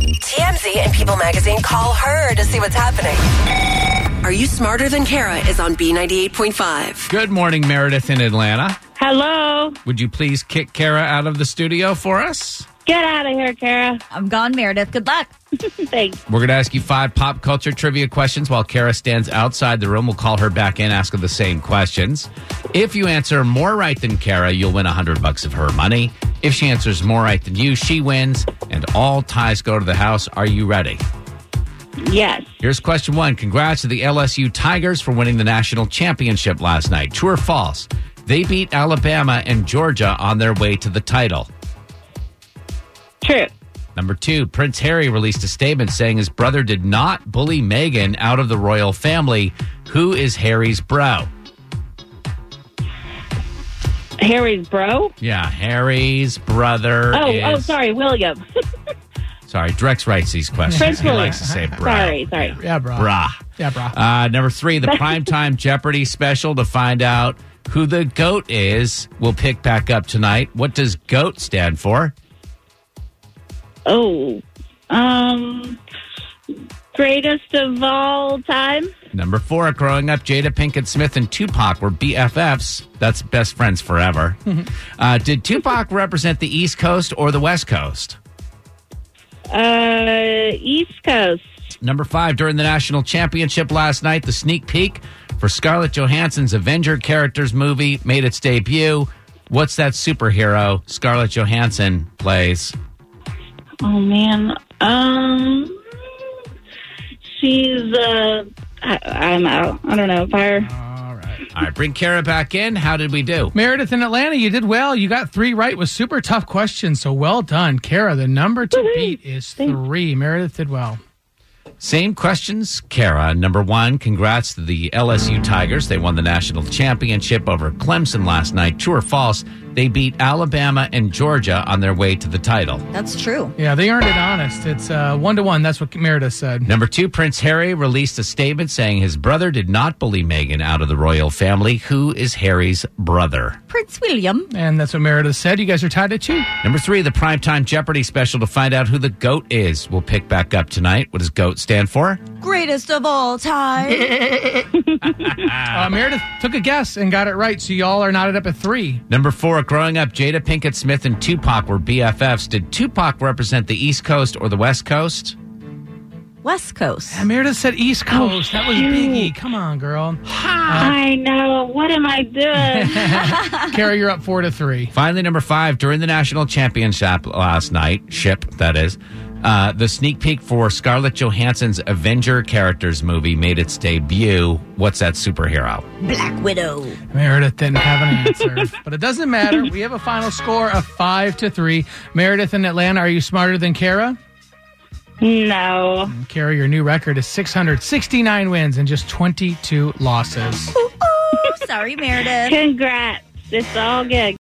TMZ and People Magazine, call her to see what's happening. Are You Smarter Than Kara is on B98.5. Good morning, Meredith in Atlanta. Hello. Would you please kick Kara out of the studio for us? Get out of here, Kara. I'm gone, Meredith. Good luck. Thanks. We're going to ask you five pop culture trivia questions while Kara stands outside the room. We'll call her back in, ask her the same questions. If you answer more right than Kara, you'll win 100 bucks of her money. If she answers more right than you, she wins, and all ties go to the house. Are you ready? Yes. Here's question one. Congrats to the LSU Tigers for winning the national championship last night. True or false? They beat Alabama and Georgia on their way to the title. True. Number two, Prince Harry released a statement saying his brother did not bully Meghan out of the royal family. Who is Harry's bro? Harry's bro. Yeah, Harry's brother. Oh, is- oh, sorry, William. Sorry, Drex writes these questions. Prince he William. likes to say bro. sorry, sorry. Yeah, bro. Brah. Yeah, brah. Uh, number three, the primetime Jeopardy special to find out who the GOAT is will pick back up tonight. What does GOAT stand for? Oh, um, greatest of all time. Number four, growing up, Jada Pinkett Smith and Tupac were BFFs. That's best friends forever. uh, did Tupac represent the East Coast or the West Coast? Uh, East Coast. Number five, during the national championship last night, the sneak peek for Scarlett Johansson's Avenger characters movie made its debut. What's that superhero Scarlett Johansson plays? Oh man. Um, she's uh, I, I'm out. I don't know. Fire. All right. All right, bring Kara back in. How did we do? Meredith in Atlanta, you did well. You got three right with super tough questions, so well done. Kara, the number to Woohoo. beat is Thanks. three. Meredith did well. Same questions, Kara. Number one, congrats to the LSU Tigers. They won the national championship over Clemson last night. True or false? They beat Alabama and Georgia on their way to the title. That's true. Yeah, they earned it honest. It's uh, one to one. That's what Meredith said. Number two, Prince Harry released a statement saying his brother did not bully Meghan out of the royal family. Who is Harry's brother? Prince William. And that's what Meredith said. You guys are tied at two. Number three, the primetime Jeopardy special to find out who the GOAT is. We'll pick back up tonight. What does GOAT stand for? Greatest of all time. Uh, Meredith took a guess and got it right, so y'all are knotted up at three. Number four, growing up, Jada Pinkett Smith and Tupac were BFFs. Did Tupac represent the East Coast or the West Coast? West Coast. And Meredith said East Coast. that was Oh, shoot. Biggie. Come on, girl. I know. What am I doing? Kara, you're up four to three. Finally, number five, during the national championship last night, ship, that is, uh, the sneak peek for Scarlett Johansson's Avenger characters movie made its debut. What's that superhero? Black Widow. Meredith didn't have an answer, but it doesn't matter. We have a final score of five to three. Meredith in Atlanta, are you smarter than Kara? no. Kara, your new record is 669 wins and just 22 losses. Ooh, ooh. Sorry, Meredith. Congrats. It's all good.